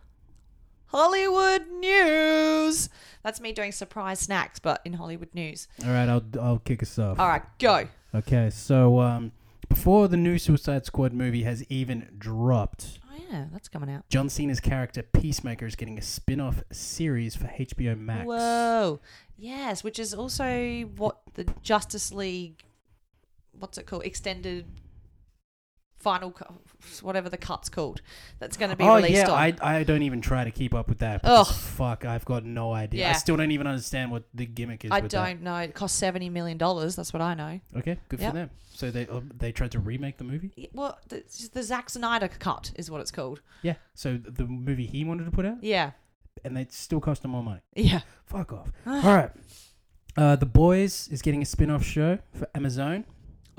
Hollywood news. That's me doing surprise snacks, but in Hollywood news. All right, I'll I'll kick us off. All right, go. Okay, so um, before the new Suicide Squad movie has even dropped, Oh yeah, that's coming out. John Cena's character Peacemaker is getting a spin-off series for HBO Max. Whoa. Yes, which is also what the Justice League, what's it called? Extended final, cu- whatever the cut's called. That's going to be oh released yeah, on. I, I don't even try to keep up with that. Because Ugh. fuck, I've got no idea. I Yeah. still don't even understand what the gimmick is. I with don't know. It cost $70 million. That's what I know. That. Okay, good Yep. for them. So they uh, they tried to remake the movie. Yeah, Well, the, it's just the Zack Snyder cut is what it's called. Yeah. So the movie he wanted to put out, Yeah. and it still cost him more money. Yeah. Fuck <sighs> off. All right. Uh, the Boys is getting a spin off show for Amazon.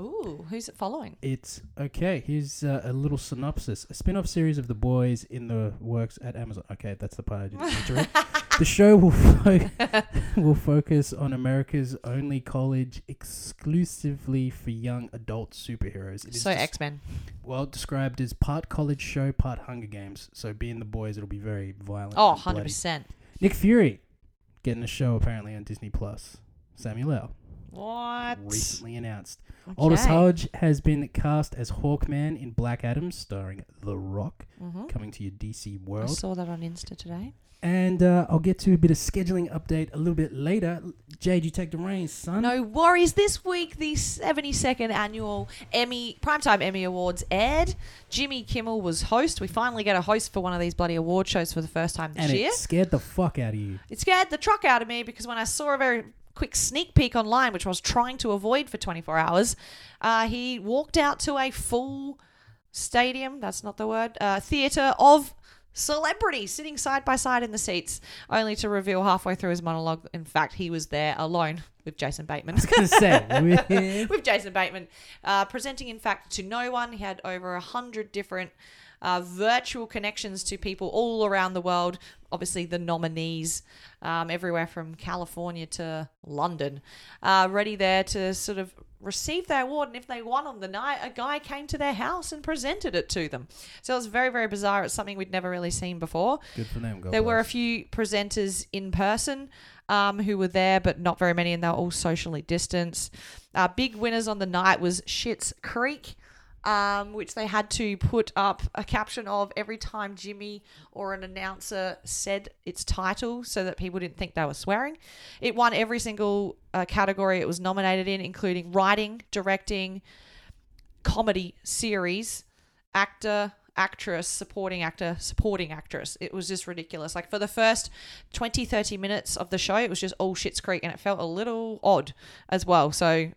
Ooh, who's it following? It's okay. Here's uh, a little synopsis a spin off series of The Boys in the works at Amazon. Okay, that's the part I didn't need to <laughs> read. The show will, fo- <laughs> will focus on America's only college exclusively for young adult superheroes. It is So des- X Men. well described as part college show, part Hunger Games. So being The Boys, it'll be very violent. Oh, and bloody. 100%. Nick Fury getting a show apparently on Disney Plus. Samuel L. What? recently announced. Aldous Okay. Hodge has been cast as Hawkman in Black Adam, starring The Rock, Mm-hmm. coming to your DC I world. saw that on Insta today. And uh, I'll get to a bit of scheduling update a little bit later. Jade, you take the reins, son. No worries. This week, the 72nd annual Emmy Primetime Emmy Awards aired. Jimmy Kimmel was host. We finally get a host for one of these bloody award shows for the first time this and year. it scared the fuck out of you. <laughs> It scared the truck out of me because when I saw a very quick sneak peek online, which I was trying to avoid for 24 hours, uh, he walked out to a full stadium. That's not the word. Uh, theater of celebrities sitting side by side in the seats, only to reveal halfway through his monologue. In fact, he was there alone with Jason Bateman. To say, <laughs> weird. with Jason Bateman, uh, presenting in fact to no one. He had over a hundred different uh, virtual connections to people all around the world. Obviously, the nominees, um, everywhere from California to London, uh, ready there to sort of receive their award. And if they won on the night, a guy came to their house and presented it to them. So it was very, very bizarre. It's something we'd never really seen before. Good for them, God There were a bless. few presenters in person um, who were there, but not very many, and they were all socially distanced. Uh, big winners on the night was Shits Creek, um, which they had to put up a caption of every time Jimmy or an announcer said its title, so that people didn't think they were swearing. It won every single uh, category it was nominated in, including writing, directing, comedy series actor actress supporting actor supporting actress it was just ridiculous like for the first 20 30 minutes of the show it was just all shits creek and it felt a little odd as well so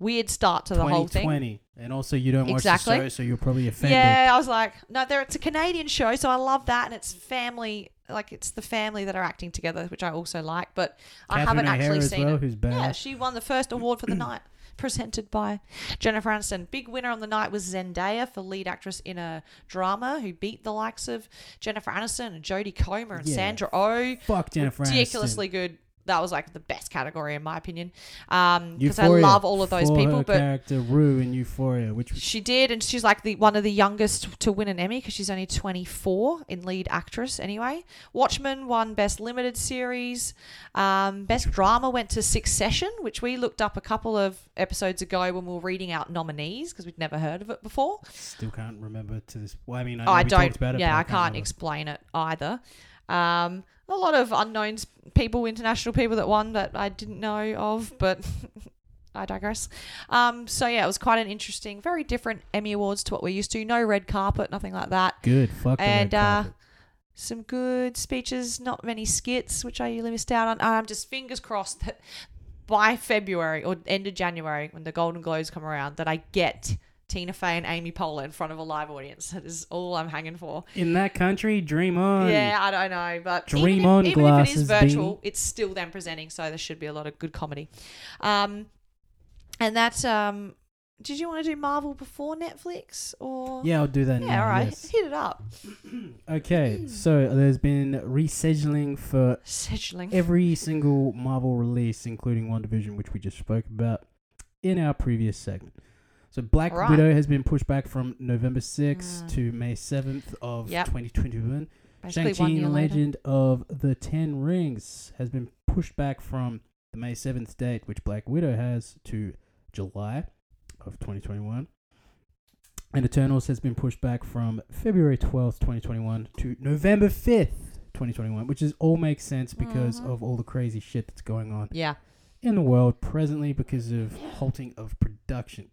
weird start to the whole thing 2020. And also, you don't watch Exactly. the show, so you're probably offended. yeah, I was like, no, there. It's a Canadian show, so I love that, and it's family. Like it's the family that are acting together, which I also like. But I Catherine haven't O'Hara actually as seen well, it. who's bad. Yeah, she won the first <clears throat> award for the night, presented by Jennifer Aniston. Big winner on the night was Zendaya for lead actress in a drama, who beat the likes of Jennifer Aniston and Jodie Comer and Yeah. Sandra Oh. Fuck Jennifer Aniston. Ridiculously good. that was like the best category in my opinion. Um, because I Euphoria love all of those for people, her but character Rue in Euphoria, which she did, and she's like the one of the youngest to win an Emmy because she's only 24 in lead actress. Anyway, Watchmen won Best Limited Series, um, Best Drama went to Succession, which we looked up a couple of episodes ago when we were reading out nominees because we'd never heard of it before. still can't remember to this. Well, I mean, I, know Oh, I we don't. Talked about it, yeah, but I can't remember. explain it either. Um, a lot of unknown s- people, international people that won that I didn't know of, but <laughs> I digress. Um, so yeah, it was quite an interesting, very different Emmy Awards to what we're used to. No red carpet, nothing like that. Good. Fuck the And, red uh, carpet. Some good speeches, not many skits, which I really missed out on. I'm just fingers crossed that by February or end of January, when the Golden Globes come around, that I get Tina Fey and Amy Poehler in front of a live audience. That is all I'm hanging for. In that country, dream on. Yeah, I don't know, but even Dream if- on, even if it is glasses, Beanie. virtual, it's still them presenting, so there should be a lot of good comedy. Um, and that's um, did you want to do Marvel before Netflix or Yeah, I'll do that yeah, now. all right, yes. <clears throat> hit it up. Okay, so there's been rescheduling for Scheduling. every single Marvel release, including WandaVision, which we just spoke about in our previous segment. So Black Alright. Widow has been pushed back from November 6th Mm. to May 7th of Yep. 2021. Basically, Shang-Chi one year and the later. Legend of the Ten Rings has been pushed back from the May 7th date, which Black Widow has, to July of 2021. And Eternals has been pushed back from February 12th, 2021 to November 5th, 2021, which is all makes sense because Mhm. of all the crazy shit that's going on Yeah, in the world presently because of halting of production.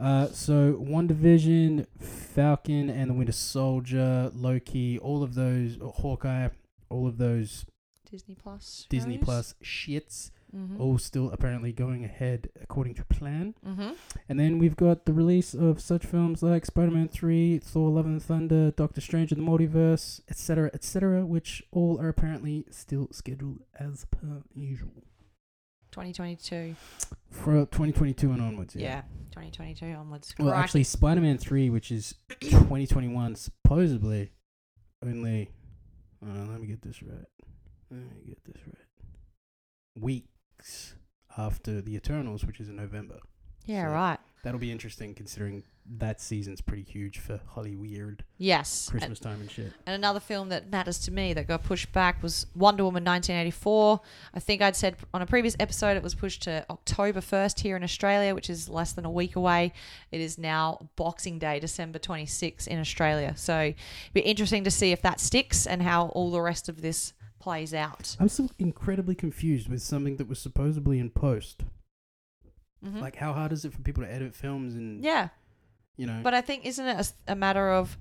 Uh, so One Division, Falcon, and the Winter Soldier, Loki, all of those uh, Hawkeye, all of those Disney Plus. Disney Plus Oh. shits, Mm-hmm. all still apparently going ahead according to plan. mm-hmm. And then we've got the release of such films like Spider-Man Three, Thor: Love and Thunder, Doctor Strange and the Multiverse, etc., etc., which all are apparently still scheduled as per usual. 2022. For 2022 and onwards. Yeah. 2022 onwards. Well, Crikey. actually, Spider Man 3, which is 2021, supposedly only. Uh, let me get this right. Let me get this right. Weeks after The Eternals, which is in November. yeah, so- right. That'll be interesting considering that season's pretty huge for Hollyweird Yes. And- Christmas time and shit. And another film that matters to me that got pushed back was Wonder Woman 1984. I think I'd said on a previous episode it was pushed to October 1st here in Australia, which is less than a week away. It is now Boxing Day, December 26th in Australia. So it'd be interesting to see if that sticks and how all the rest of this plays out. I'm still incredibly confused with something that was supposedly in post. Mhm. Like, how hard is it for people to edit films and, yeah, you know? but I think isn't it a s- a, matter of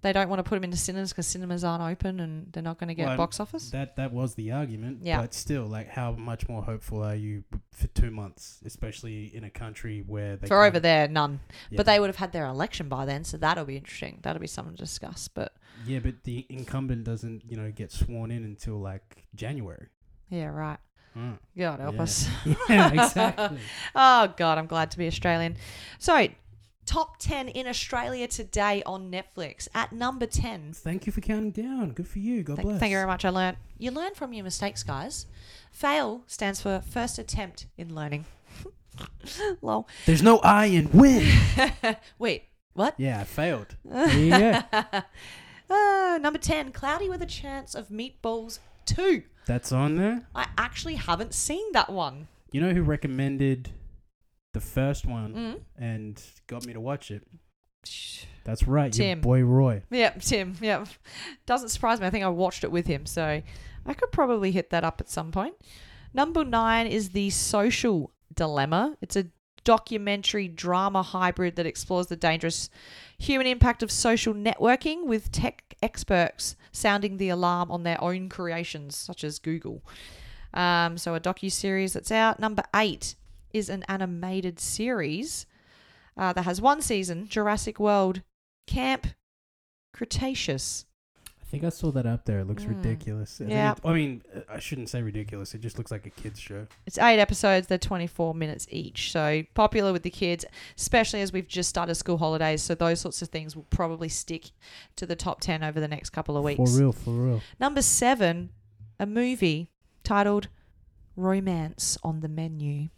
they don't want to put them into cinemas because cinemas aren't open and they're not going to get Well, box office? That that was the argument. Yeah. But still, like, how much more hopeful are you b- for two months, especially in a country where they For can't- over there, none. Yeah. But they would have had their election by then, so that'll be interesting. That'll be something to discuss. But Yeah, but the incumbent doesn't, you know, get sworn in until like January. yeah, right. Huh. God help Yeah. us. <laughs> <laughs> Yeah, exactly. oh God, I'm glad to be Australian. So top ten in Australia today on Netflix at number ten. Thank you for counting down. Good for you. God Th- bless. Thank you very much. I learned. You learn from your mistakes, guys. Fail stands for first attempt in learning. <laughs> Lol. <laughs> There's no I in win. Wait, what? yeah, I <laughs> failed. There you go. Ah, number ten, cloudy with a chance of meatballs two. That's on there. I actually haven't seen that one. You know who recommended the first one Mm. and got me to watch it? Sh- That's right, your Tim. boy Roy. Yep, Tim. Yep. Doesn't surprise me. I think I watched it with him, so I could probably hit that up at some point. Number nine is The Social Dilemma. It's a documentary drama hybrid that explores the dangerous human impact of social networking with tech experts sounding the alarm on their own creations, such as Google. Um, so a docu series that's out. Number eight is an animated series uh, that has one season: Jurassic World Camp Cretaceous. I think I saw that up there. It looks Mm. ridiculous. I think Yeah. it- I mean, uh, I shouldn't say ridiculous. It just looks like a kids show. It's eight episodes. They're 24 minutes each. So popular with the kids, especially as we've just started school holidays. So those sorts of things will probably stick to the top 10 over the next couple of weeks. For real, for real. Number seven, a movie titled romance on the menu.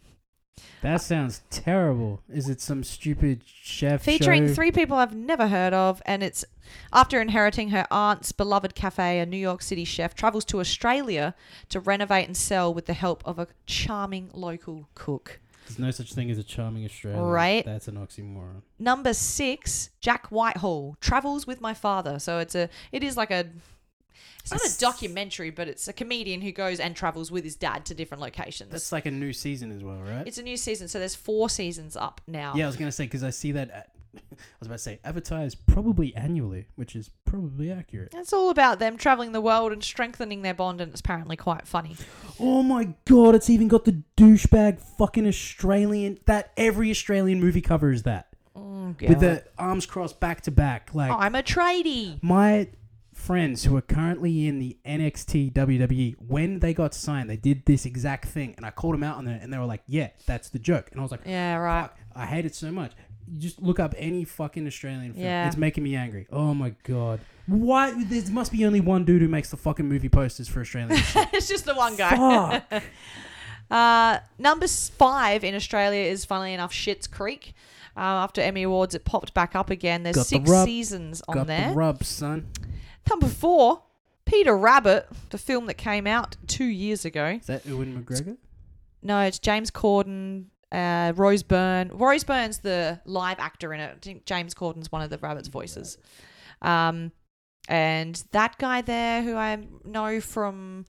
Uh, That sounds terrible. Is it some stupid chef Featuring show? three people I've never heard of, and it's after inheriting her aunt's beloved cafe, a New York City chef travels to Australia to renovate and sell with the help of a charming local cook. There's no such thing as a charming Australian. Right. That's an oxymoron. Number six, Jack Whitehall travels with my father. So it's a, it is like a, it's not a documentary, but it's a comedian who goes and travels with his dad to different locations. That's like a new season as well, right? it's a new season, so there's four seasons up now. yeah, I was gonna say because I see that. At, <laughs> I was about to say advertised probably annually, which is probably accurate. It's all about them traveling the world and strengthening their bond, and it's apparently quite funny. Oh my god! It's even got the douchebag fucking Australian that every Australian movie cover is that with the arms crossed back to back. Like I'm a tradie. my friends who are currently in the NXT WWE, E, when they got signed, they did this exact thing, and I called them out on it, and they were like, "Yeah, that's the joke," and I was like, Yeah, right. Fuck, I hate it so much. You just look up any fucking Australian film. Yeah. It's making me angry. Oh my god. Why? There must be only one dude who makes the fucking movie posters for <laughs> Australian shit. it's just the one guy. Fuck. <laughs> Uh, number s- five in Australia is, funnily enough, Shit's Creek. Uh, after Emmy Awards, it popped back up again. There's Got the six rub. seasons on Got there. the rub, son. Number four, Peter Rabbit, the film that came out two years ago. Is that Ewan McGregor? No, it's James Corden, uh, Rose Byrne. Rose Byrne's the live actor in it. I think James Corden's one of the rabbit's voices. Um, and that guy there, who I know from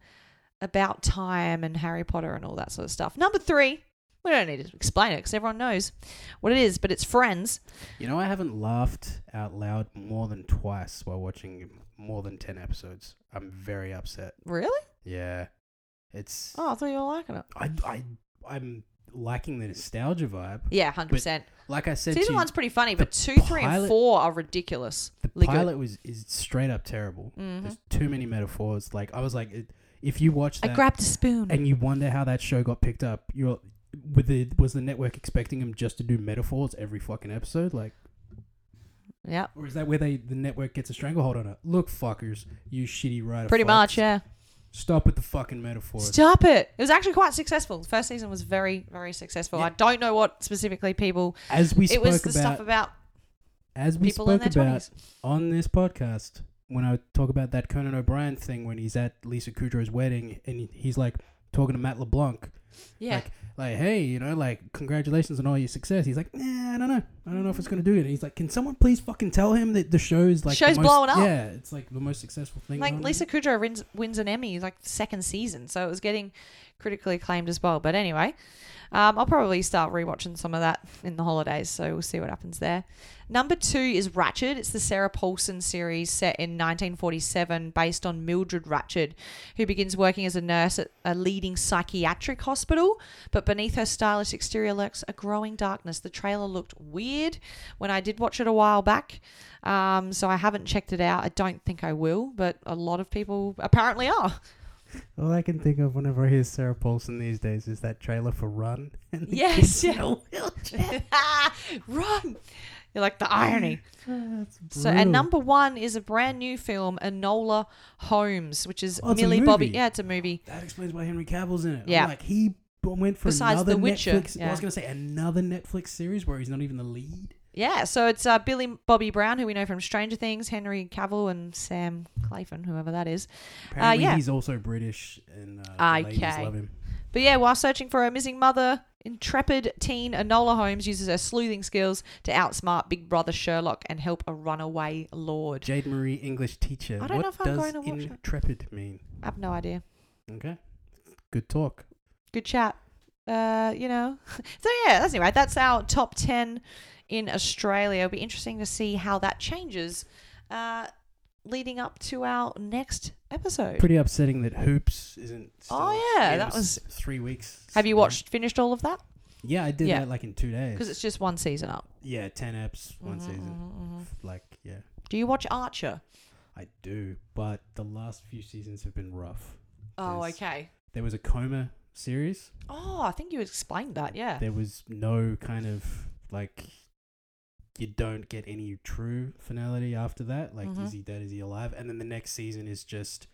About Time and Harry Potter and all that sort of stuff. Number three, we don't need to explain it because everyone knows what it is, but it's Friends. You know, I haven't laughed out loud more than twice while watching more than 10 episodes. I'm very upset. Really? Yeah. It's. Oh, I thought you were liking it. I, I, I'm liking the nostalgia vibe. Yeah, hundred percent. Like I said, to Season you, one's pretty funny, the but two, three, and pilot- four are ridiculous. the Really good. Mm-hmm. pilot was is straight up terrible. There's too many metaphors. Like I was like, it- if you watch I that grabbed a spoon. and you wonder how that show got picked up, you're with the was the network expecting him just to do metaphors every fucking episode? Like, yeah, or is that where they the network gets a stranglehold on it? Look, fuckers, you shitty writer. pretty fucks. much. Yeah. Stop with the fucking metaphors. Stop it. It was actually quite successful. The first season was very, very successful. Yeah. I don't know what specifically people. As we it spoke was the about, stuff about as we people in spoke their about 20s. on this podcast when I talk about that Conan O'Brien thing when he's at Lisa Kudrow's wedding and he's like talking to Matt LeBlanc Yeah. Like, like, hey, you know, like, congratulations on all your success. He's like, nah, I don't know. I don't know if it's going to do it. And he's like, can someone please fucking tell him that the show's like. the Show's most- blowing up. Yeah, it's like the most successful thing. Like going on. Lisa Kudrow wins, wins an Emmy like second season, so it was getting critically acclaimed as well. But anyway, um, I'll probably start rewatching some of that in the holidays, so we'll see what happens there. Number two is Ratchet. It's the Sarah Paulson series set in 1947, based on Mildred Ratchet, who begins working as a nurse at a leading psychiatric hospital. But beneath her stylish exterior lurks a growing darkness. The trailer looked weird when I did watch it a while back, um, so I haven't checked it out. I don't think I will, but a lot of people apparently are. All I can think of whenever I hear Sarah Paulson these days is that trailer for Run. <laughs> And the <laughs> Yes, kids in yeah. a wheelchair. <laughs> Run! You're like the irony. That's So, and uh, brutal. number one is a brand new film, Enola Holmes, which is Oh, it's a Millie Bobby. movie. Yeah, it's a movie. That explains why Henry Cavill's in it. I'm Yeah. like, he b- went for Besides another The Witcher, Netflix. I yeah. was going to say another Netflix series where he's not even the lead. Yeah, so it's uh, Billy Bobby Brown, who we know from Stranger Things, Henry Cavill, and Sam Clayton, whoever that is. Apparently, yeah. he's also British and uh, the ladies Okay. love him. But yeah, while searching for her missing mother, intrepid teen Enola Holmes uses her sleuthing skills to outsmart Big Brother Sherlock and help a runaway lord. Jade Marie, English teacher. I don't what know if I'm does going to watch it. intrepid mean? I have no idea. Okay. Good talk. Good chat. Uh, you know. <laughs> so yeah, that's anyway. That's our top ten in Australia. It'll be interesting to see how that changes. Uh, leading up to our next episode. Pretty upsetting that Hoops isn't. Still, Oh, yeah, it that was- three weeks. have you watched finished all of that? Yeah, I did Yeah. that like in two days. Because it's just one season up. Mm-hmm, yeah, ten eps, one season. Like yeah, Do you watch Archer? I do, but the last few seasons have been rough. Oh, Yes. okay. There was a coma series. Oh, I think you explained that. Yeah. There was no kind of like. You don't get any true finality after that. Like, Mhm. is he dead? Is he alive? And then the next season is just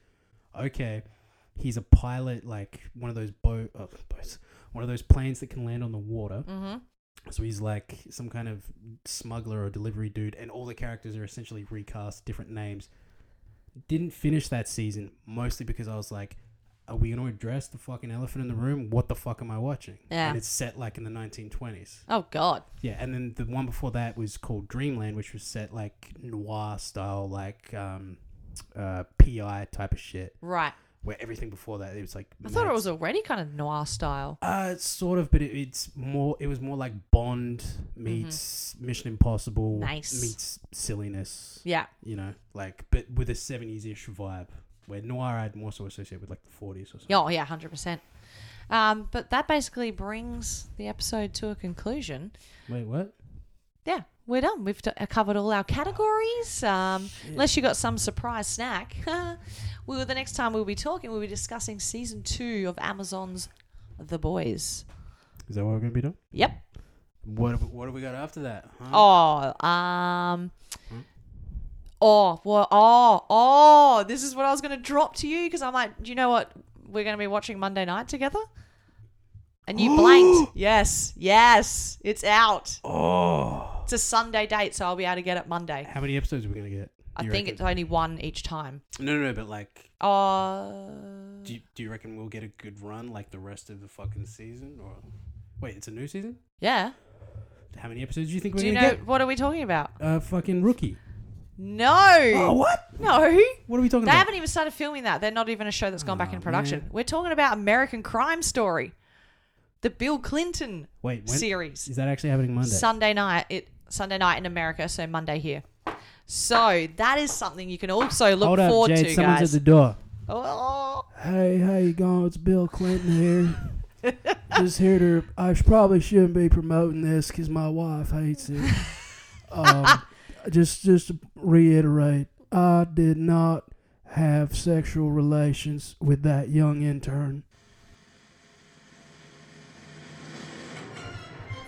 okay. he's a pilot, like one of those boat, uh, boats, one of those planes that can land on the water. Mm-hmm. So he's like some kind of smuggler or delivery dude, and all the characters are essentially recast, different names. Didn't finish that season mostly because I was like, "Are we going to address the fucking elephant in the room? What the fuck am I watching?" Yeah. And it's set like in the 1920s. Oh God. Yeah, and then the one before that was called Dreamland, which was set like noir style, like um, uh, PI type of shit. Right. Where everything before that, it was like I thought it mad was already kind of noir style. uh, sort of, but it, it's more. It was more like Bond meets Mission Impossible. Mm-hmm. Nice. meets silliness. Yeah. You know, like but with a seventies ish vibe. Where noir I'd more so associate with like the forties or something. Oh yeah, hundred percent. Um, but that basically brings the episode to a conclusion. Wait, what? Yeah, we're done. We've t- uh, covered all our categories. Um, unless you got some surprise snack. <laughs> we will the next time we'll be talking. We'll be discussing season two of Amazon's The Boys. Is that what we're gonna be doing? Yep. What have- What do we got after that? Huh? Oh, um. Hmm? Oh, well, oh, oh, this is what I was going to drop to you because I'm like, do you know what? We're going to be watching Monday night together. <gasps> And you blanked. Yes, yes, it's out. Oh. It's a Sunday date, so I'll be able to get it Monday. How many episodes are we gonna get? I Do you think it's reckon? only one each time. no, no, no. But like, Uh, do you, do you reckon we'll get a good run like the rest of the fucking season? Or wait, it's a new season. yeah. How many episodes do you think we're Do you know gonna get? what are we talking about? Uh, fucking rookie. No. Oh, what? No. What are we talking They about? haven't even started filming that. They're not even a show that's gone Oh, back in production. We're talking about American Crime Story, the Bill Clinton Wait, when, series. Is that actually happening Monday? Sunday night. It Sunday night in America, so Monday here. So that is something you can also look Hold up, forward Jade. to, someone's guys. at the door. Oh, Hey, how you going? It's Bill Clinton here. Just here to. I sh- probably shouldn't be promoting this because my wife hates it. Um, just, just to reiterate, I did not have sexual relations with that young intern.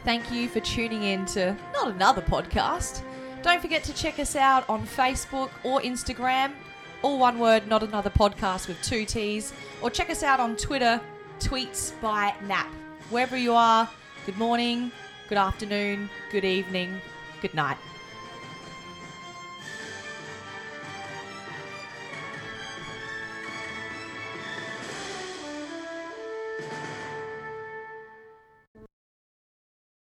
Thank you for tuning in to not another podcast. Don't forget to check us out on Facebook or Instagram, all one word, not another podcast with two T's, or check us out on Twitter, tweets by Nap. Wherever you are, good morning, good afternoon, good evening, good night.